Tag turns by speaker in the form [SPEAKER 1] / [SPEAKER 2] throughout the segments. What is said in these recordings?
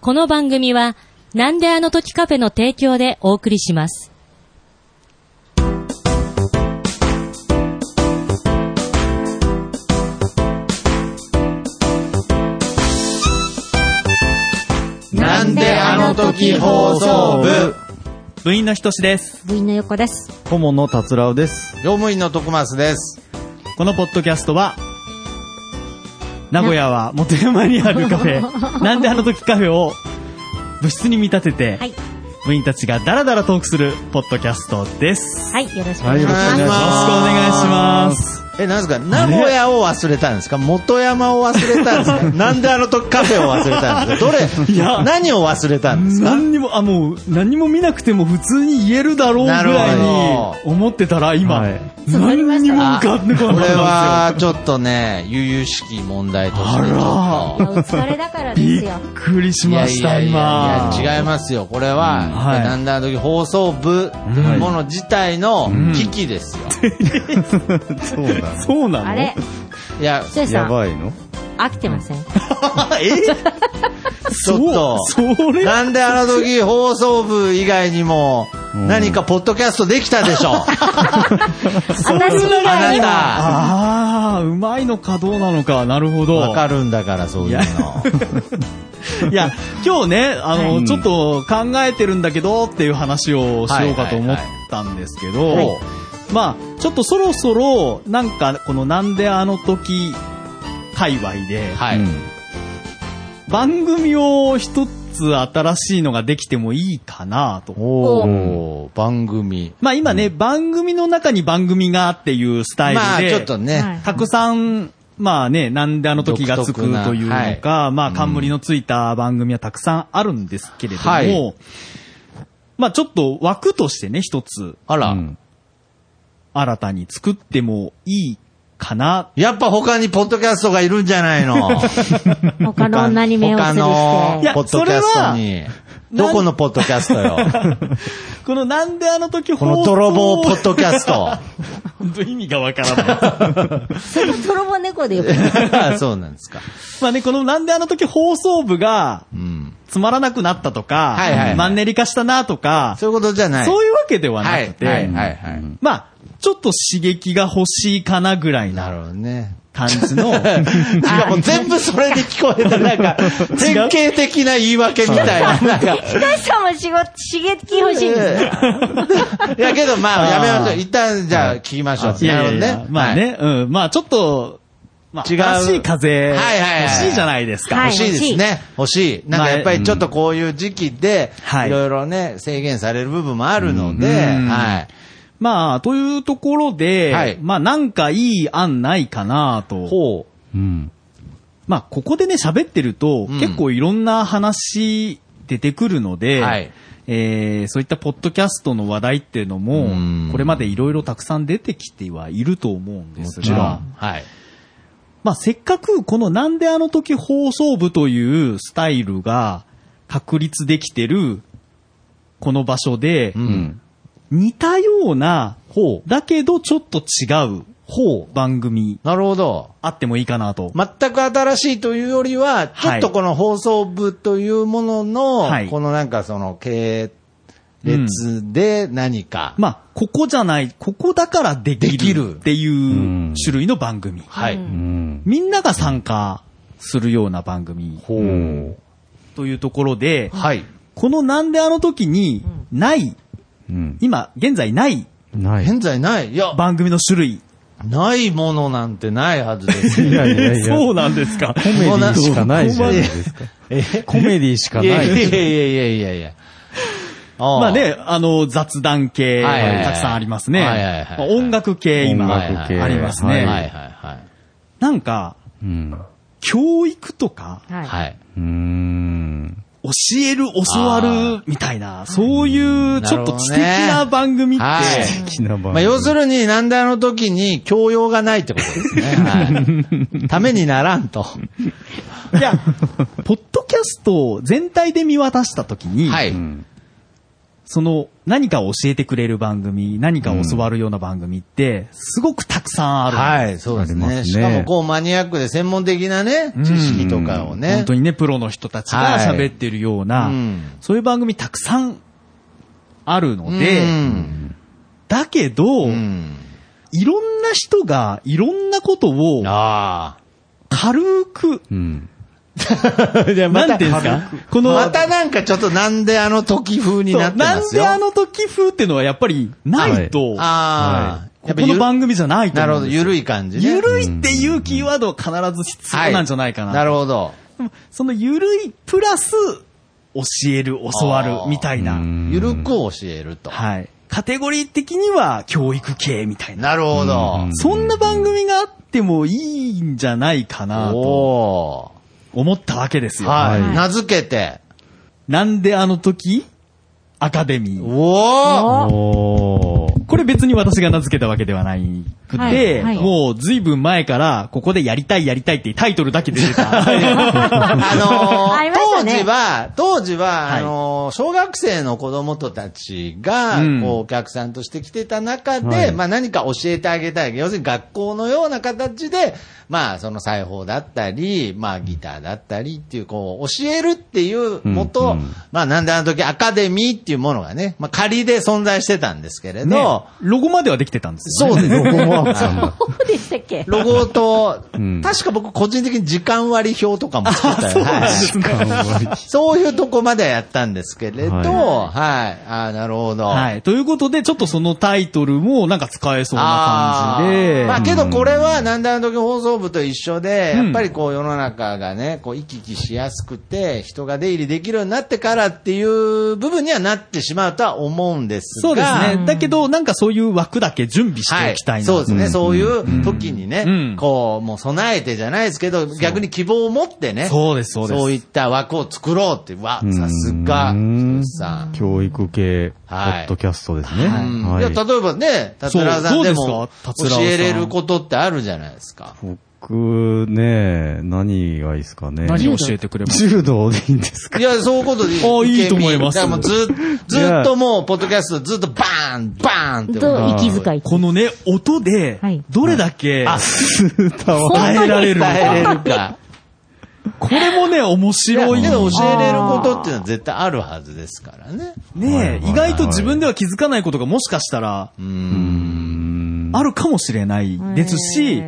[SPEAKER 1] この番組は、なんであの時カフェの提供でお送りします。
[SPEAKER 2] なんであの時放送部
[SPEAKER 3] 部員のひとしです。
[SPEAKER 4] 部員の横です。
[SPEAKER 5] 顧問の達郎です。
[SPEAKER 2] 業務員の徳松です。
[SPEAKER 3] このポッドキャストは、名古屋は元山にあるカフ ェ、なんであの時カフェを部室に見立てて、
[SPEAKER 4] はい。
[SPEAKER 3] 部員たちがダラダラトークするポッドキャストです。
[SPEAKER 4] はい。よろしくお願いします。
[SPEAKER 2] はいよろしくお願いしま
[SPEAKER 3] よろし
[SPEAKER 2] す
[SPEAKER 3] くお願いします。
[SPEAKER 2] え、なんですか名古屋を忘れたんですか元山を忘れたんですかなんであの時カフェを忘れたんですかどれ
[SPEAKER 3] いや
[SPEAKER 2] 何を忘れたんですか
[SPEAKER 3] 何にも、あ、もう、何も見なくても普通に言えるだろうぐ
[SPEAKER 2] なるほど
[SPEAKER 3] らいに思ってたら、今、
[SPEAKER 5] はい
[SPEAKER 3] 何にも
[SPEAKER 2] あ
[SPEAKER 3] 浮
[SPEAKER 2] こ
[SPEAKER 3] かんでこなかったんですよ。
[SPEAKER 2] れは、ちょっとね、悠々しき問題として。
[SPEAKER 3] あ
[SPEAKER 4] お疲れだからで
[SPEAKER 3] び
[SPEAKER 4] す
[SPEAKER 3] っ
[SPEAKER 4] よ。
[SPEAKER 3] くりし
[SPEAKER 2] いや
[SPEAKER 3] ま
[SPEAKER 2] い
[SPEAKER 3] した、
[SPEAKER 2] やい
[SPEAKER 3] 今
[SPEAKER 2] や。いや違いますよ。これは、
[SPEAKER 3] んはい
[SPEAKER 2] なんであの時放送部っていうもの自体の
[SPEAKER 3] ん
[SPEAKER 2] 危機ですよ。
[SPEAKER 5] そうだ。
[SPEAKER 3] そうなの
[SPEAKER 4] あれ、
[SPEAKER 2] いや、
[SPEAKER 4] ひとしさ
[SPEAKER 5] や
[SPEAKER 4] ん、
[SPEAKER 5] ばいの
[SPEAKER 4] 飽きてません
[SPEAKER 2] えちょっと。
[SPEAKER 3] そうそれ
[SPEAKER 2] なんであの時放送部以外にも
[SPEAKER 5] うん
[SPEAKER 2] 何かポッドキャストできたでし ょ
[SPEAKER 4] 私以外にも。
[SPEAKER 2] あ
[SPEAKER 3] ああ、うまいのかどうなのか、なるほど。
[SPEAKER 2] なたわかるんだからそういうの。
[SPEAKER 3] いや、今日ね、あの、
[SPEAKER 5] はい
[SPEAKER 3] ちょっと考えてるんだけどっていう話をしようかと思
[SPEAKER 2] はいはいは
[SPEAKER 3] っ
[SPEAKER 2] い
[SPEAKER 3] たんですけど、
[SPEAKER 2] はい
[SPEAKER 3] まあ、ちょっとそろそろ、なんか、このなんであの時、界隈で、
[SPEAKER 2] はい。
[SPEAKER 5] うん
[SPEAKER 3] 番組を一つ新しいのができてもいいかなと。
[SPEAKER 2] おー番組。
[SPEAKER 3] まあ今ね、番組の中に番組がっていうスタイルで、
[SPEAKER 2] まあちょっと
[SPEAKER 4] は
[SPEAKER 2] ね
[SPEAKER 4] い。
[SPEAKER 3] たくさん、まあね、なんであの時がつくというの
[SPEAKER 2] 独特なはい
[SPEAKER 3] か、まあ冠のついた番組はたくさんあるんですけれども、
[SPEAKER 2] はい
[SPEAKER 3] まあちょっと枠としてね、一つ
[SPEAKER 2] あ
[SPEAKER 5] う
[SPEAKER 2] ら。
[SPEAKER 5] ん
[SPEAKER 3] 新たに作ってもいいか な。
[SPEAKER 2] やっぱ他にポッドキャストがいるんじゃない の
[SPEAKER 4] 他の女に目を移り
[SPEAKER 2] 他の
[SPEAKER 4] して。
[SPEAKER 3] や
[SPEAKER 2] ポッドキャストに。どこのポッドキャストよ。
[SPEAKER 3] このなんであの時
[SPEAKER 2] こ
[SPEAKER 3] 放送
[SPEAKER 2] の泥棒ポッドキャスト。
[SPEAKER 3] 本当意味がわからない。
[SPEAKER 4] その泥棒猫でよくない。
[SPEAKER 2] そうなんですか。
[SPEAKER 3] まあね、このなんであの時放送部が
[SPEAKER 2] うん。
[SPEAKER 3] つまらなくなったとか、
[SPEAKER 2] はいはいはい
[SPEAKER 3] マンネリ化したなとか、
[SPEAKER 2] そういうことじゃない。
[SPEAKER 3] そういうわけでは
[SPEAKER 2] は
[SPEAKER 3] ないくて、
[SPEAKER 2] はいはいはい。
[SPEAKER 3] まあ、ちょっと刺激が欲しいかなぐらい
[SPEAKER 2] なる
[SPEAKER 3] な
[SPEAKER 2] ほどね。
[SPEAKER 3] 感じ の、
[SPEAKER 2] しかも全部それで聞こえた、なんか、典型的な言い訳みたいな。なんか
[SPEAKER 4] ひとしさんも仕事、刺激欲しいんですか
[SPEAKER 2] いやけど、まあ、やめましょ
[SPEAKER 3] あ
[SPEAKER 2] う。一旦、じゃあ、聞きましょう。
[SPEAKER 3] いやいやい
[SPEAKER 2] なる
[SPEAKER 3] や
[SPEAKER 2] ほど
[SPEAKER 3] まあ。ね、うん、まあちょっと、まあ、
[SPEAKER 2] 違う
[SPEAKER 3] 新しい風、
[SPEAKER 2] はいはいはい
[SPEAKER 3] 欲しいじゃないですか。
[SPEAKER 4] は
[SPEAKER 2] 欲しいですね。欲しい。なんかやっぱりちょっとこういう時期で、
[SPEAKER 3] はい
[SPEAKER 2] いろいろね、制限される部分もあるので、
[SPEAKER 3] うん
[SPEAKER 2] は
[SPEAKER 3] まあ、というところで、
[SPEAKER 2] はい
[SPEAKER 3] まあなんかいい案ないかなと。
[SPEAKER 2] ほ
[SPEAKER 5] うん。
[SPEAKER 3] まあ、ここでね、喋ってると、
[SPEAKER 2] うん
[SPEAKER 3] 結構いろんな話出てくるので、
[SPEAKER 2] はい
[SPEAKER 3] えーそういったポッドキャストの話題っていうのも、
[SPEAKER 2] うん
[SPEAKER 3] これまでいろいろたくさん出てきてはいると思うんですが、
[SPEAKER 2] う。もちろん。はい。
[SPEAKER 3] まあ、せっかくこのなんであの時放送部というスタイルが確立できてるこの場所で
[SPEAKER 2] う、。
[SPEAKER 5] うんん。
[SPEAKER 3] 似たような、方だけどちょっと違う、方番組、
[SPEAKER 2] なるほど。
[SPEAKER 3] あってもいいかなと。
[SPEAKER 2] 全く新しいというよりは、ちょ
[SPEAKER 3] は
[SPEAKER 2] っ
[SPEAKER 3] い
[SPEAKER 2] とこの放送部というものの、
[SPEAKER 3] はい
[SPEAKER 2] このなんかその系列で何か、
[SPEAKER 3] まあ、ここじゃない、ここだからで
[SPEAKER 2] で
[SPEAKER 3] き
[SPEAKER 2] きる
[SPEAKER 3] るっていう種類の番組。
[SPEAKER 2] はい。
[SPEAKER 5] うん。
[SPEAKER 3] みんなが参加するような番組
[SPEAKER 2] ほう。
[SPEAKER 3] というところで、
[SPEAKER 2] はい。
[SPEAKER 3] このなんであの時にない、
[SPEAKER 5] うん。
[SPEAKER 3] 今、現在ない
[SPEAKER 5] ない。
[SPEAKER 2] 現在ない。いや、
[SPEAKER 3] 番組の種類。
[SPEAKER 2] ないものなんてないはずです よ。
[SPEAKER 5] いやいやいや。
[SPEAKER 3] そうなんですか。
[SPEAKER 5] コメディしかないじゃないですか。
[SPEAKER 2] え
[SPEAKER 5] コメディしか
[SPEAKER 2] いや
[SPEAKER 5] ないい。
[SPEAKER 2] やいやいやいやいや。あ ー
[SPEAKER 3] まあ。ね、あの、雑談系、
[SPEAKER 2] はいはいはい
[SPEAKER 3] たくさんありますね。
[SPEAKER 2] はいはいはい
[SPEAKER 3] まあ音楽系、
[SPEAKER 5] 音
[SPEAKER 3] 今、
[SPEAKER 5] 楽系。
[SPEAKER 3] あります
[SPEAKER 2] はい
[SPEAKER 3] ね
[SPEAKER 2] はいは
[SPEAKER 3] なんか、
[SPEAKER 5] うん。
[SPEAKER 3] 教育とか、
[SPEAKER 2] い。
[SPEAKER 4] はい。
[SPEAKER 2] はい。
[SPEAKER 5] うん。
[SPEAKER 3] 教える、教わる、みたいな、そういう、ちょっと知的な番組って、
[SPEAKER 2] はい
[SPEAKER 5] きな番
[SPEAKER 2] まあ要するに、なんであの時に教養がないってことですね。 はい。ためにならんと。
[SPEAKER 3] いや、ポッドキャストを全体で見渡したときに、
[SPEAKER 2] は
[SPEAKER 5] う
[SPEAKER 2] い。
[SPEAKER 5] ん。
[SPEAKER 3] その何かを教えてくれる番組、何かを教わるような番組って、すごくたくさんある。
[SPEAKER 2] はい、そうです
[SPEAKER 5] あり
[SPEAKER 2] ね。
[SPEAKER 5] ますね
[SPEAKER 2] しかもこうマニアックで専門的なね、知識とかをね
[SPEAKER 3] 本当。にね、プロの人たちが喋ってるような、
[SPEAKER 2] はいうん
[SPEAKER 3] そういう番組たくさんあるので、
[SPEAKER 2] うん
[SPEAKER 3] だけど、
[SPEAKER 2] うん
[SPEAKER 3] いろんな人がいろんなことを
[SPEAKER 2] あ
[SPEAKER 3] 軽く、
[SPEAKER 5] うん。
[SPEAKER 2] あ。じゃあ
[SPEAKER 3] なんていうんですかこの、
[SPEAKER 2] またなんかちょっとなんであの時風に
[SPEAKER 3] そう
[SPEAKER 2] なって
[SPEAKER 3] な
[SPEAKER 2] ま
[SPEAKER 3] ん
[SPEAKER 2] すよ。
[SPEAKER 3] であの時風っていうのはやっぱりないと、
[SPEAKER 2] ああ、
[SPEAKER 3] ここの番
[SPEAKER 2] 組
[SPEAKER 3] 組じゃないと
[SPEAKER 2] なる
[SPEAKER 3] 思う
[SPEAKER 2] ほ
[SPEAKER 3] んで
[SPEAKER 2] ど、
[SPEAKER 3] すよ。
[SPEAKER 2] ゆるい感じね。
[SPEAKER 3] ゆるいっていうキーワードは必ず必要なんじゃないかな。
[SPEAKER 2] はなるほど。
[SPEAKER 3] でもそのゆるいプラス、教える、教わ
[SPEAKER 2] あー
[SPEAKER 3] る、みたいな。
[SPEAKER 5] うん
[SPEAKER 2] ゆるく教えると。
[SPEAKER 3] はい。カテゴリー的には教育系みたいな。
[SPEAKER 2] なるほど。
[SPEAKER 5] うん
[SPEAKER 3] そんな番組があってもいいんじゃないかなと
[SPEAKER 2] お
[SPEAKER 3] 思ったわけです
[SPEAKER 2] ー
[SPEAKER 3] よ。
[SPEAKER 2] はい。
[SPEAKER 4] はい
[SPEAKER 2] 名付けて。
[SPEAKER 3] なんであの時アカデミー。
[SPEAKER 2] お
[SPEAKER 4] お
[SPEAKER 2] お
[SPEAKER 5] おー
[SPEAKER 3] これ別に私が名付けたわけではないくて、
[SPEAKER 4] はいはい
[SPEAKER 3] もう随分前からここでやりたいやりたいってタイトルだけ出て た。
[SPEAKER 2] あ
[SPEAKER 4] あり
[SPEAKER 2] のー
[SPEAKER 4] まし
[SPEAKER 2] 当
[SPEAKER 4] たね
[SPEAKER 2] 時は、当時は、
[SPEAKER 3] は
[SPEAKER 2] あ
[SPEAKER 3] い
[SPEAKER 2] のー小学生の子供たちが、
[SPEAKER 3] うん
[SPEAKER 2] こう、お客さんとして来てた中
[SPEAKER 5] は
[SPEAKER 2] で、
[SPEAKER 5] い
[SPEAKER 2] まあ何か教えてあげたい。要するに学校のような形で、まあその裁縫だったり、まあギターだったりっていう、こう、教えるっていうもと、
[SPEAKER 5] うんうん
[SPEAKER 2] まあなんであの時アカデミーっていうものがね、まあ仮で存在してたんですけれど、
[SPEAKER 3] ね、ロゴまではできてたんですよ、ね。
[SPEAKER 2] そうです。ロゴも
[SPEAKER 4] そうでしたっけ
[SPEAKER 2] ロゴと、
[SPEAKER 5] ん
[SPEAKER 2] 確か僕個人的に時間割表とかも作ったよ。はい
[SPEAKER 3] そうですね。
[SPEAKER 2] そういうとこまでやったんですけれど、はい。
[SPEAKER 5] はい
[SPEAKER 2] ああ、なるほど。
[SPEAKER 3] はい。ということで、ちょっとそのタイトルもなんか使えそうな
[SPEAKER 2] あ
[SPEAKER 3] 感じで
[SPEAKER 2] ー。まあけどこれは、なんだあの時放送部と一緒で、
[SPEAKER 3] うん
[SPEAKER 2] やっぱりこう世の中がね、こう行き来しやすくて、人が出入りできるようになってからっていう部分にはなってしまうとは思うんですが。
[SPEAKER 3] そうですね。だけど、なんかそういう枠だけ準備しておきたいな。
[SPEAKER 2] そうですね、
[SPEAKER 5] うん
[SPEAKER 2] そういう時にね、
[SPEAKER 3] うん
[SPEAKER 2] こう、もう備えてじゃないですけど、逆に希望を持ってね、
[SPEAKER 3] そうですそうです
[SPEAKER 2] そういった枠を作ろうって、わ、
[SPEAKER 5] うん
[SPEAKER 2] さすが、ひとしさん。
[SPEAKER 5] 教育系、ポ
[SPEAKER 2] はい
[SPEAKER 5] ッドキャストですね。
[SPEAKER 2] うん
[SPEAKER 5] はい
[SPEAKER 2] いや例えばね、達郎さ
[SPEAKER 3] そ
[SPEAKER 2] ん
[SPEAKER 3] う
[SPEAKER 2] で
[SPEAKER 3] どう
[SPEAKER 2] も
[SPEAKER 3] ですか
[SPEAKER 2] 教
[SPEAKER 3] 達郎さん
[SPEAKER 2] えれることってあるじゃないですか。
[SPEAKER 5] 僕ね、何がいいですかね。
[SPEAKER 3] 何を教えてくれます
[SPEAKER 5] 柔道でいいんですか
[SPEAKER 2] いや、そういうことでいい。
[SPEAKER 3] あいいと思います
[SPEAKER 2] だからもうずっ、ずっともう、ポッドキャストずっとバーン、バーンって。
[SPEAKER 4] と、息遣い。
[SPEAKER 3] このね、音で
[SPEAKER 4] はい、
[SPEAKER 3] どれだけ
[SPEAKER 2] あ
[SPEAKER 5] 歌は
[SPEAKER 3] 伝えられるの
[SPEAKER 2] 伝えれ
[SPEAKER 3] か。
[SPEAKER 2] るか。
[SPEAKER 3] これもね、面
[SPEAKER 2] いや
[SPEAKER 3] 白い。
[SPEAKER 2] けど教えれることっていうのは絶対あるはずですからね。
[SPEAKER 5] はいは
[SPEAKER 3] ね
[SPEAKER 5] い
[SPEAKER 3] え、意外と自分では気づかないことがもしかしたら、
[SPEAKER 5] うん
[SPEAKER 3] あるかもしれないですし、教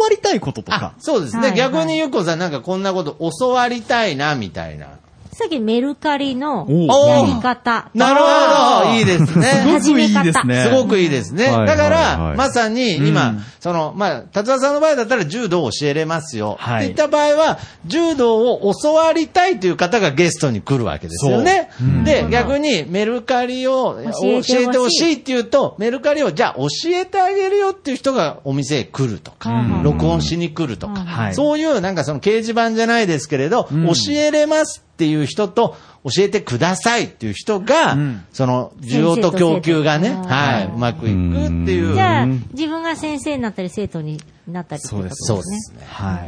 [SPEAKER 3] わりたいことと
[SPEAKER 2] あ
[SPEAKER 3] か、。
[SPEAKER 2] そうですね。
[SPEAKER 4] はいはい
[SPEAKER 2] 逆にゆっこさんなんかこんなこと教わりたいな、みたいな。
[SPEAKER 4] さっきメルカリの
[SPEAKER 3] お
[SPEAKER 2] う
[SPEAKER 4] やり方。
[SPEAKER 2] なるほどいいで すね。
[SPEAKER 3] すごくいいですね。
[SPEAKER 2] すごくいいですね。
[SPEAKER 5] はい
[SPEAKER 2] だか
[SPEAKER 5] はい
[SPEAKER 2] ら
[SPEAKER 5] は、い
[SPEAKER 2] まさに
[SPEAKER 3] う
[SPEAKER 2] 今
[SPEAKER 3] ん、
[SPEAKER 2] その、まあ、達田さんの場合だったら柔道を教えれますよ。って
[SPEAKER 3] はい
[SPEAKER 2] 言った場合は、柔道を教わりたいという方がゲストに来るわけですよね。で、逆にメルカリを教
[SPEAKER 4] 教
[SPEAKER 2] え
[SPEAKER 4] え
[SPEAKER 2] て
[SPEAKER 4] て
[SPEAKER 2] ほ
[SPEAKER 4] ほ
[SPEAKER 2] し
[SPEAKER 4] し
[SPEAKER 2] い
[SPEAKER 4] い
[SPEAKER 2] って言うと、メルカリをじゃあ教えてあげるよっていう人がお店へ来るとか。
[SPEAKER 3] うん
[SPEAKER 2] 録音しに来ると
[SPEAKER 4] うん
[SPEAKER 2] か、
[SPEAKER 3] はい
[SPEAKER 2] そういうなんかその掲示板じゃないですけれど、
[SPEAKER 3] うん
[SPEAKER 2] 教えれますっていう人と、教えてくださいっていう人が、
[SPEAKER 3] うん
[SPEAKER 2] その需要と供給がね、
[SPEAKER 4] 先生と生徒
[SPEAKER 2] は
[SPEAKER 4] う
[SPEAKER 2] い、
[SPEAKER 4] ん
[SPEAKER 2] うまくいくっていう。
[SPEAKER 4] じゃあ、自分が先生になったり、生徒になったりってことです
[SPEAKER 2] そう
[SPEAKER 4] ね。
[SPEAKER 2] ですね。
[SPEAKER 3] は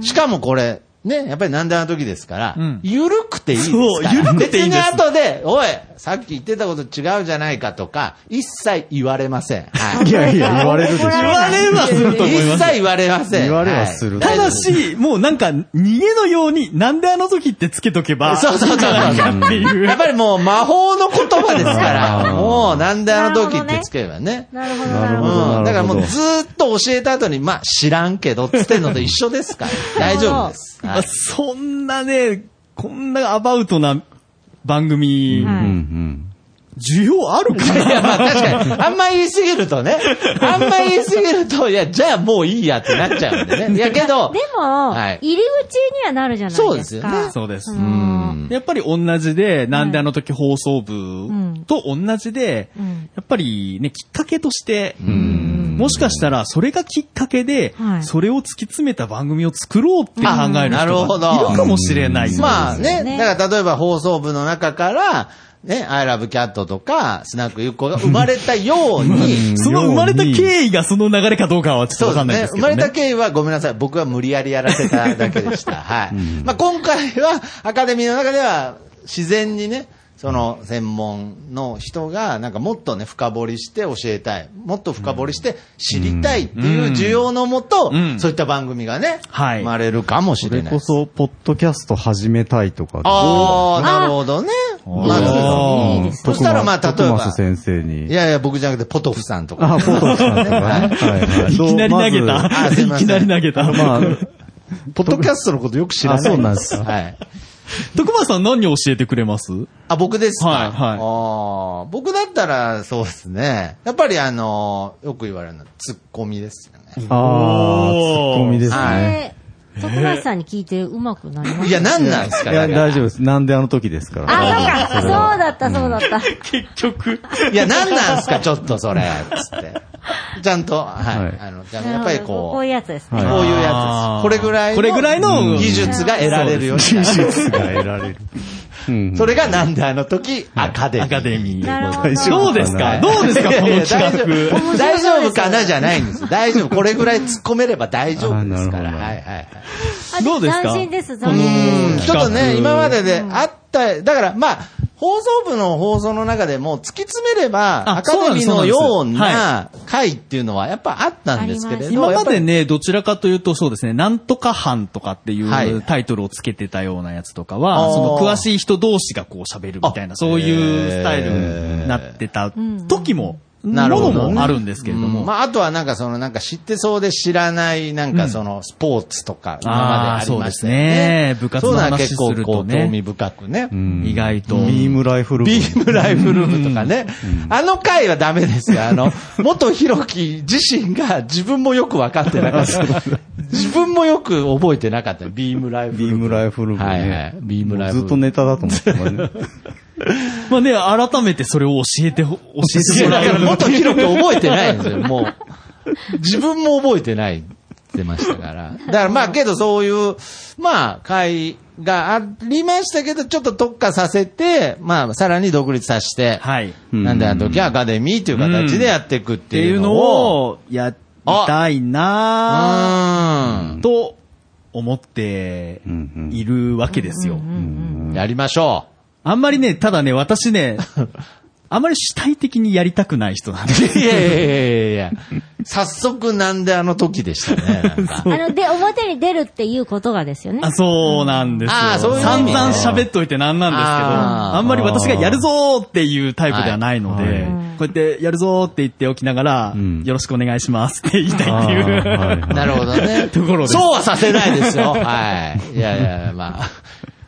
[SPEAKER 3] い。
[SPEAKER 2] しかもこれ、ね、やっぱりなんであの時ですから
[SPEAKER 3] うん、
[SPEAKER 2] ゆるくていいですから。
[SPEAKER 3] そう緩くていいです
[SPEAKER 2] 別に後で、おい、さっき言ってたこと違うじゃないかとか、一切言われません。はい。
[SPEAKER 5] いやいや、言われるでし
[SPEAKER 4] 怒。
[SPEAKER 5] ょ
[SPEAKER 4] られ
[SPEAKER 3] 言われはすると思います
[SPEAKER 2] 一切言われません。
[SPEAKER 5] 言われはする
[SPEAKER 2] は
[SPEAKER 3] た
[SPEAKER 2] い
[SPEAKER 3] だし、もうなんか、逃げのように、なんであの時ってつけとけば、
[SPEAKER 2] そうそうそうそう
[SPEAKER 3] いいんじゃないかっていう。
[SPEAKER 2] やっぱりもう魔法の言葉ですから、
[SPEAKER 5] うん
[SPEAKER 2] もうなんであの時ってつければね。
[SPEAKER 4] なるほど、
[SPEAKER 5] な
[SPEAKER 4] な
[SPEAKER 5] る
[SPEAKER 4] る
[SPEAKER 5] ほ
[SPEAKER 4] ほ
[SPEAKER 5] ど
[SPEAKER 4] ど。
[SPEAKER 2] うん。だからも
[SPEAKER 5] な
[SPEAKER 2] う
[SPEAKER 5] るほど
[SPEAKER 2] ずーっと教えた後に、まあ知らんけどっつってんのと一緒です から、大丈夫です。
[SPEAKER 3] まあそんなね、こんなアバウトな番組、
[SPEAKER 5] うん
[SPEAKER 4] はい
[SPEAKER 5] うん
[SPEAKER 3] 需要あるか
[SPEAKER 2] い
[SPEAKER 3] な
[SPEAKER 2] や、まあ確かに、あんま言いすぎるとね、あんま言いすぎると、いや、じゃあもういいやってなっちゃうんでね。いや、けど
[SPEAKER 4] で、も、
[SPEAKER 2] はい
[SPEAKER 4] 入り口にはなるじゃないですか。
[SPEAKER 2] そうですよね
[SPEAKER 3] そうです
[SPEAKER 4] う。ん。
[SPEAKER 3] やっぱり同じで、なんであの時放送部
[SPEAKER 4] ん
[SPEAKER 3] と同じで、
[SPEAKER 4] うん
[SPEAKER 3] やっぱりね、きっかけとして、
[SPEAKER 5] うん
[SPEAKER 3] もしかしたらそれがきっかけで、
[SPEAKER 4] はい
[SPEAKER 3] それを突き詰めた番組を作ろうって考える
[SPEAKER 2] あなるほ
[SPEAKER 3] 人
[SPEAKER 2] ど
[SPEAKER 3] がいるかもしれない。
[SPEAKER 2] まあ
[SPEAKER 4] そうです
[SPEAKER 2] ね、
[SPEAKER 4] ね
[SPEAKER 2] だから例えば放送部の中から、ね、I love cat とか、スナックゆっこが生まれたように、
[SPEAKER 3] その生まれた経緯がその流れかどうかはちょっと
[SPEAKER 2] そ
[SPEAKER 3] わ
[SPEAKER 2] うで
[SPEAKER 3] か
[SPEAKER 2] す
[SPEAKER 3] んないで。すけど
[SPEAKER 2] ね生まれ
[SPEAKER 3] ね。
[SPEAKER 2] た経緯はごめんなさい。僕は無理やりやらせただけでした。はい。まあ今回はアカデミーの中では自然にね、その専門の人が、なんかもっとね、深掘りして教えたい。もっと深掘りして知りたいっていう需要のもと、
[SPEAKER 3] うん
[SPEAKER 2] そういった番組がね、
[SPEAKER 3] はい
[SPEAKER 2] 生まれるかもし
[SPEAKER 5] そ
[SPEAKER 2] れ
[SPEAKER 5] れ
[SPEAKER 2] ない。
[SPEAKER 5] こそ、ポッドキャスト始めたいとかで。
[SPEAKER 2] ああ、なるほどね。ま
[SPEAKER 4] あーいい
[SPEAKER 2] あ
[SPEAKER 4] ですね
[SPEAKER 2] そしたらまあ、例え
[SPEAKER 5] トマ
[SPEAKER 2] ば
[SPEAKER 5] ス、先生に。
[SPEAKER 2] いやいや、僕じゃなくて、ポトフさんとか。
[SPEAKER 5] あ、ポート マスさんとかね。はいはい
[SPEAKER 3] いきなり投げ
[SPEAKER 5] どうま
[SPEAKER 3] た。
[SPEAKER 2] あすいま
[SPEAKER 3] い
[SPEAKER 2] せん
[SPEAKER 3] きなり投げた。
[SPEAKER 5] ずまあ、
[SPEAKER 2] ポッドキャストのことよく知らない。
[SPEAKER 5] あそうなんですか
[SPEAKER 2] はい。
[SPEAKER 3] 徳松さん何を教えてくれます
[SPEAKER 2] あ、僕ですか
[SPEAKER 3] はいはい
[SPEAKER 2] あー僕だったら、そうですね。やっぱりあのーよく言われるのは、ツッコミです よね。
[SPEAKER 5] ああ、ツ
[SPEAKER 3] おー
[SPEAKER 5] ッコミです
[SPEAKER 2] はい
[SPEAKER 5] ね。
[SPEAKER 4] えー徳松さんに聞いてうまくなりま
[SPEAKER 2] い
[SPEAKER 4] し
[SPEAKER 2] や、
[SPEAKER 4] た。
[SPEAKER 2] なんなんですか
[SPEAKER 5] いや、
[SPEAKER 2] だから
[SPEAKER 5] 大丈夫です。なんであの時ですから。
[SPEAKER 4] あ、そうか。そうだった、そうだった。
[SPEAKER 3] 結局。
[SPEAKER 2] いや、なんなんですか、ちょっとそれ。つって。ちゃんと、はい。
[SPEAKER 5] はい
[SPEAKER 2] あの、じゃあやっぱりこう、
[SPEAKER 4] こういうやつですね。
[SPEAKER 5] はい
[SPEAKER 2] こういうや
[SPEAKER 3] あー
[SPEAKER 2] つです。これぐらいの。
[SPEAKER 3] これぐらいの
[SPEAKER 2] 技術が得られるようになる。技術が得られる。
[SPEAKER 5] うん
[SPEAKER 2] それがなんであの時、アカデミー。
[SPEAKER 3] アカデミ
[SPEAKER 4] なるほ
[SPEAKER 3] ー。
[SPEAKER 4] ど。
[SPEAKER 3] どうですかどうですかこの
[SPEAKER 2] いやいや
[SPEAKER 3] 企画。
[SPEAKER 2] 大丈夫大丈夫かなじゃないんです。大丈夫。これぐらい突っ込めれば大丈夫ですから。
[SPEAKER 5] あなるほど
[SPEAKER 2] はいはいはい。
[SPEAKER 4] あ
[SPEAKER 3] どうですか
[SPEAKER 4] 斬新です、
[SPEAKER 3] この
[SPEAKER 4] 斬新
[SPEAKER 2] うん
[SPEAKER 4] です。
[SPEAKER 2] ちょっとね、
[SPEAKER 3] 企画
[SPEAKER 2] 今までであった、だからまあ、放送部の放送の中でも突き詰めれば、
[SPEAKER 3] あ
[SPEAKER 2] アカデミー
[SPEAKER 3] そうなん
[SPEAKER 2] の
[SPEAKER 3] です
[SPEAKER 2] よう
[SPEAKER 3] そう
[SPEAKER 2] な回っていうのはやっぱあったんですけれど、
[SPEAKER 3] 今
[SPEAKER 2] や
[SPEAKER 3] ま
[SPEAKER 2] っぱり
[SPEAKER 3] でね、どちらかというとそうですね、なんとか班とかってい
[SPEAKER 2] はいう
[SPEAKER 3] タイトルをつけてたようなやつとか
[SPEAKER 2] あ
[SPEAKER 3] は、
[SPEAKER 2] ー
[SPEAKER 3] その詳しい人同士がこう喋るみたいな、そういうスタイルになってた時も、
[SPEAKER 2] な
[SPEAKER 3] も
[SPEAKER 2] るほど
[SPEAKER 3] の
[SPEAKER 2] ね
[SPEAKER 3] もあるんですけれど
[SPEAKER 2] う
[SPEAKER 3] も
[SPEAKER 2] ん。まあ、あとはなんかその、なんか知ってそうで知らない、なんかその、スポーツとか、今までありましたよ
[SPEAKER 3] あーそうですね部活の話
[SPEAKER 2] そういうのは結
[SPEAKER 3] する
[SPEAKER 2] 構、ことう、
[SPEAKER 3] ね
[SPEAKER 2] 興味深くね。
[SPEAKER 5] うん
[SPEAKER 3] 意外と。
[SPEAKER 5] ビームライフル部。
[SPEAKER 2] ビームライフルームとかね。あの回はダメですよ。あの、元弘樹自身が自分もよく分かってなかった。自分もよく覚えてなかった。ビームライフル
[SPEAKER 5] ビームライフル部ね。
[SPEAKER 2] はいはいビームライフル部
[SPEAKER 5] ずっとネタだと思ってたからね。
[SPEAKER 3] まあね、改めてそれを教えてほ、教え
[SPEAKER 2] い
[SPEAKER 3] て
[SPEAKER 2] や
[SPEAKER 3] も
[SPEAKER 2] だ
[SPEAKER 3] らえ
[SPEAKER 2] から
[SPEAKER 3] るの
[SPEAKER 2] 元広く覚えてないんですよ、もう。自分も覚えてないってましたから。だからまあけどそういう、まあ会がありましたけど、ちょっと特化させて、まあさらに独立させて、
[SPEAKER 3] はい。っ
[SPEAKER 2] なんであの時アカデミーという形でやっていくって
[SPEAKER 3] て
[SPEAKER 2] い
[SPEAKER 3] いうう
[SPEAKER 2] の
[SPEAKER 3] の
[SPEAKER 2] を、
[SPEAKER 3] を、やりたいな
[SPEAKER 2] う
[SPEAKER 3] ぁと思って
[SPEAKER 5] うん
[SPEAKER 3] いるわけですよ。
[SPEAKER 2] ん。やりましょ
[SPEAKER 3] あんまりね、ただね、私ね、あんまり主体的にやりたくない人なんで。
[SPEAKER 2] う。いやいやいやいやいや。早速なんであの時でしたね、なん か。
[SPEAKER 4] あの、で、表に出るっていうことがですよね
[SPEAKER 3] あ、。そうなんですよ。
[SPEAKER 2] あーそういう意
[SPEAKER 3] 散
[SPEAKER 2] 味ね
[SPEAKER 3] 々喋っといてなんなんですけど、
[SPEAKER 2] あー
[SPEAKER 3] あんまり私がやるぞーっていうタイプではないので、
[SPEAKER 5] はいはい
[SPEAKER 3] こうやってやるぞーって言っておきながら、
[SPEAKER 5] ん
[SPEAKER 3] よろしくお願いしますって言いたいって。
[SPEAKER 5] あーはいいうはい
[SPEAKER 2] なるほどね。
[SPEAKER 3] ところです
[SPEAKER 2] そうはさせないですよ。はい。いやいやいや、まあ。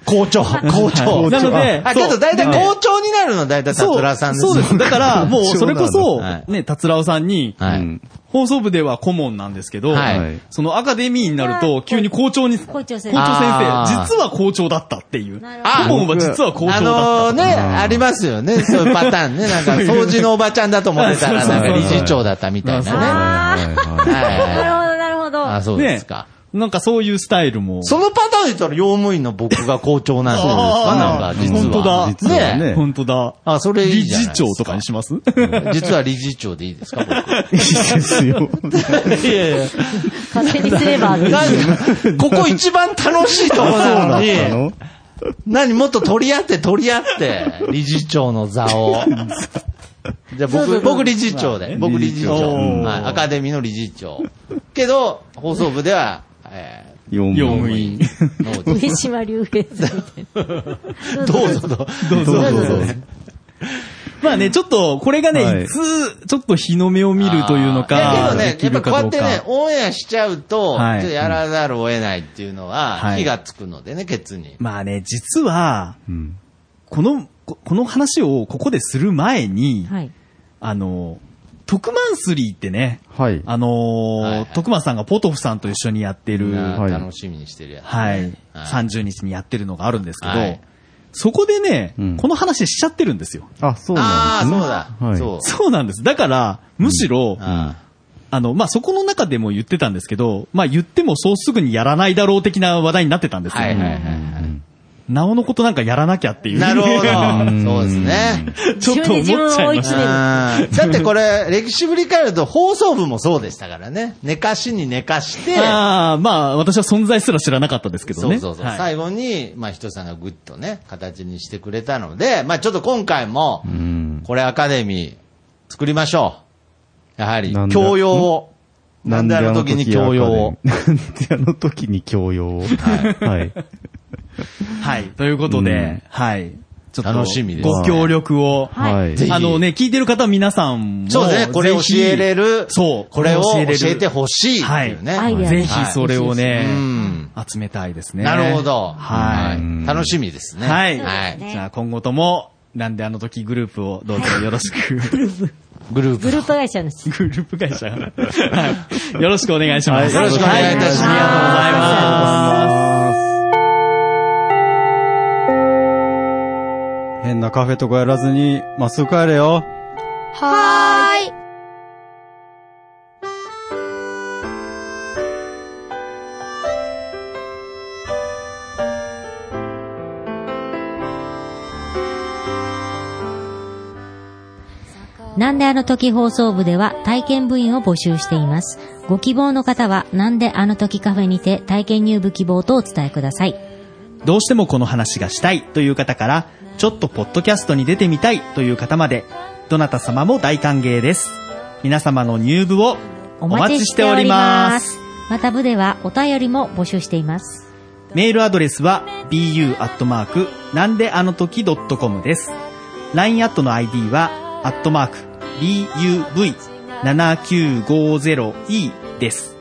[SPEAKER 2] 校長、校長。
[SPEAKER 3] なので
[SPEAKER 2] あ、けど大体校長になるのは大体
[SPEAKER 3] そう
[SPEAKER 2] 達郎さんです
[SPEAKER 3] そうです。だから、もう、それこ
[SPEAKER 2] そう
[SPEAKER 3] そ
[SPEAKER 2] なんだは、い
[SPEAKER 3] ね、達郎さんに、
[SPEAKER 2] は
[SPEAKER 5] う
[SPEAKER 2] い
[SPEAKER 5] ん。
[SPEAKER 3] 放送部では顧問なんですけど、
[SPEAKER 2] はい
[SPEAKER 5] はい
[SPEAKER 3] そのアカデミーになると、急に校長に、校
[SPEAKER 4] 校長先
[SPEAKER 3] 長
[SPEAKER 4] 生。
[SPEAKER 3] 先
[SPEAKER 2] あー
[SPEAKER 3] 生、実は校長だったっていう。
[SPEAKER 4] なる
[SPEAKER 2] ほど
[SPEAKER 3] 顧問は実は校長だ
[SPEAKER 2] あ
[SPEAKER 3] ったと。
[SPEAKER 2] のね、ありますよね。そういうパターンね。なんか、掃除のおばちゃんだと思ってたら、なんか理事長だったみたいなね。
[SPEAKER 5] はいはいはい
[SPEAKER 2] はいはい
[SPEAKER 4] なるほど、なるほど。
[SPEAKER 2] あ、そうですか。
[SPEAKER 3] ね。なんかそういうスタイルも。
[SPEAKER 2] そのパターンで言ったら、用務員の僕が校長なんですかなんか、実は。
[SPEAKER 3] 本当だ。
[SPEAKER 5] 実はね
[SPEAKER 3] 本当だ。
[SPEAKER 2] あそれいいじゃないですか
[SPEAKER 3] 理事長とかにします
[SPEAKER 2] 実は理事長でいいですか、僕。
[SPEAKER 5] いいですよ。
[SPEAKER 2] いやいや。
[SPEAKER 4] 勝手にすれば。
[SPEAKER 2] なんかここ一番楽しいとこなのに、
[SPEAKER 5] あ の
[SPEAKER 2] 何もっと取り合って取り合って、理事長の座を。じゃあ僕、僕理事長で。僕理事長。
[SPEAKER 3] 理事長うん
[SPEAKER 2] はいアカデミーの理事長。けど、放送部では、え
[SPEAKER 5] 用
[SPEAKER 3] 用務員。
[SPEAKER 2] ーノー
[SPEAKER 4] 上島竜兵さ んみたいな。
[SPEAKER 2] どうぞと。
[SPEAKER 3] どうぞ
[SPEAKER 5] どうぞ
[SPEAKER 3] まあね、ちょっと、これがね、
[SPEAKER 5] はい
[SPEAKER 3] い、つ、ちょっと日の目を見るというのか、
[SPEAKER 2] いや
[SPEAKER 3] で
[SPEAKER 2] け
[SPEAKER 3] き
[SPEAKER 2] どね、や
[SPEAKER 3] る
[SPEAKER 2] っぱこう
[SPEAKER 3] か
[SPEAKER 2] や
[SPEAKER 3] ど
[SPEAKER 2] っ
[SPEAKER 3] うか。
[SPEAKER 2] てね、オンエアしちゃうと、
[SPEAKER 3] はい
[SPEAKER 2] ちょっとやらざるを得ないっていうのは、
[SPEAKER 3] はい
[SPEAKER 2] 火がつくのでね、ケツに。
[SPEAKER 3] まあね、実は、
[SPEAKER 5] うん
[SPEAKER 3] この、ここの話をここでする前に、
[SPEAKER 4] はい。
[SPEAKER 3] あの、特マンスリーってね、
[SPEAKER 5] はい。
[SPEAKER 3] あのー
[SPEAKER 2] はいはい
[SPEAKER 3] 徳間さんがポトフさんと一緒にやって
[SPEAKER 2] み
[SPEAKER 3] る、
[SPEAKER 2] んな
[SPEAKER 5] はい
[SPEAKER 2] 楽しみにしてるやつね。
[SPEAKER 3] はい、
[SPEAKER 2] はい
[SPEAKER 3] 30日にやってるのがあるんですけど、
[SPEAKER 2] はい
[SPEAKER 3] そこでね、
[SPEAKER 5] うん
[SPEAKER 3] この話しちゃってるんですよ。
[SPEAKER 5] あ、そう
[SPEAKER 2] あ
[SPEAKER 5] な
[SPEAKER 2] あ、
[SPEAKER 5] んです
[SPEAKER 2] そ
[SPEAKER 5] ね。
[SPEAKER 2] うだ。
[SPEAKER 5] はい
[SPEAKER 2] そう。
[SPEAKER 3] そうなんです。だから、むしろ、
[SPEAKER 2] あ
[SPEAKER 3] あの、まあ、そこの中でも言ってたんですけど、まあ、言ってもそうすぐにやらないだろう的な話題になってたんですよ。
[SPEAKER 2] はいはいはいは
[SPEAKER 5] うん
[SPEAKER 3] なおのことなんかやらなきゃっていう。
[SPEAKER 2] なるほ
[SPEAKER 5] ん
[SPEAKER 2] ど。そうですね。
[SPEAKER 3] ちょっと思っちゃいまし
[SPEAKER 4] 自
[SPEAKER 3] た。
[SPEAKER 4] 分
[SPEAKER 2] あーだってこれ、歴史振り返ると放送部もそうでしたからね。寝かしに寝かして、
[SPEAKER 3] ああ、まあ、私は存在すら知らなかったですけどね。
[SPEAKER 2] そうそうそう。
[SPEAKER 3] はい
[SPEAKER 2] 最後に、まあ、ひとさんがぐっとね、形にしてくれたので、まあ、ちょっと今回も、
[SPEAKER 5] ん
[SPEAKER 2] これアカデミー作りましょう。やはり
[SPEAKER 5] な、んで
[SPEAKER 2] 教養を。な
[SPEAKER 5] なんん
[SPEAKER 2] で
[SPEAKER 5] で
[SPEAKER 2] あ
[SPEAKER 5] あ
[SPEAKER 2] の
[SPEAKER 5] の
[SPEAKER 2] 時
[SPEAKER 5] 時
[SPEAKER 2] に教
[SPEAKER 5] に
[SPEAKER 2] 養
[SPEAKER 5] 教養
[SPEAKER 2] を
[SPEAKER 5] を。。 なんであの時に教養を。はい。
[SPEAKER 3] はい。ということで、はい。ちょっと、
[SPEAKER 2] 楽しみです
[SPEAKER 3] ご協力を。
[SPEAKER 4] はい
[SPEAKER 5] はい。
[SPEAKER 2] ぜひ
[SPEAKER 3] あのね、聞いてる方は皆さんも。
[SPEAKER 2] そうですね、これ教えれ
[SPEAKER 3] る。
[SPEAKER 2] る。
[SPEAKER 3] そう
[SPEAKER 2] これを
[SPEAKER 3] これを
[SPEAKER 2] 教
[SPEAKER 3] 教えれる
[SPEAKER 2] えてほしいっていうね。
[SPEAKER 4] はいアイデア
[SPEAKER 3] ぜひそれをね
[SPEAKER 2] はいうん、
[SPEAKER 3] 集めたいですね。
[SPEAKER 2] なるほど。
[SPEAKER 3] は
[SPEAKER 2] う
[SPEAKER 3] い。
[SPEAKER 2] ん楽しみですね。
[SPEAKER 3] はい
[SPEAKER 2] はい。
[SPEAKER 4] ね
[SPEAKER 3] じゃあ今後とも、なんであの時グループをどうぞよろしく。
[SPEAKER 2] グループ
[SPEAKER 4] グ。ループ会社の
[SPEAKER 3] グループ会社。はい。よろしくお願いします。
[SPEAKER 2] よろしくお願いいたします
[SPEAKER 3] はありがとうございます。
[SPEAKER 5] 変なカフェとかやらずに、まっすぐ帰れよ。
[SPEAKER 4] なんであの時放送部では体験部員を募集しています。ご希望の方は、なんであの時カフェにて体験入部希望とお伝えください。
[SPEAKER 3] どうしてもこの話がしたいという方から、ちょっとポッドキャストに出てみたいという方まで、どなた様も大歓迎です。皆様の入部をお
[SPEAKER 4] お
[SPEAKER 3] 待
[SPEAKER 4] 待
[SPEAKER 3] ち
[SPEAKER 4] ち
[SPEAKER 3] し
[SPEAKER 4] してて
[SPEAKER 3] お
[SPEAKER 4] お
[SPEAKER 3] り
[SPEAKER 4] り
[SPEAKER 3] ま
[SPEAKER 4] ますす。。また部ではお便りも募集しています。
[SPEAKER 3] メールアドレスは bu アットマークなんであの時 .com です。LINE アットの ID はアットマーク buv7950e です。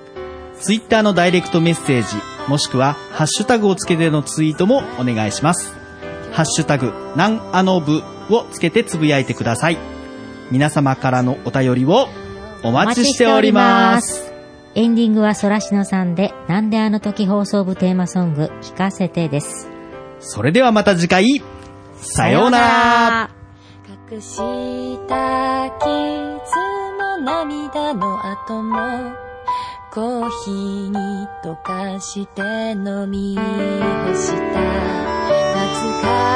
[SPEAKER 3] Twitter のダイレクトメッセージもしくはハッシュタグをつけてのツイートもお願いします。ハッシュタグなんあの部をつけてつぶやいてください。皆様からのお便りをお
[SPEAKER 4] お
[SPEAKER 3] 待ちしております。。
[SPEAKER 4] エンディングはそらしのさんで、なんであの時放送部テーマソング、聞かせてです。
[SPEAKER 3] それではまた次回、さようなら。
[SPEAKER 6] 隠した傷も涙の後もコーヒーに溶かして飲み干した懐か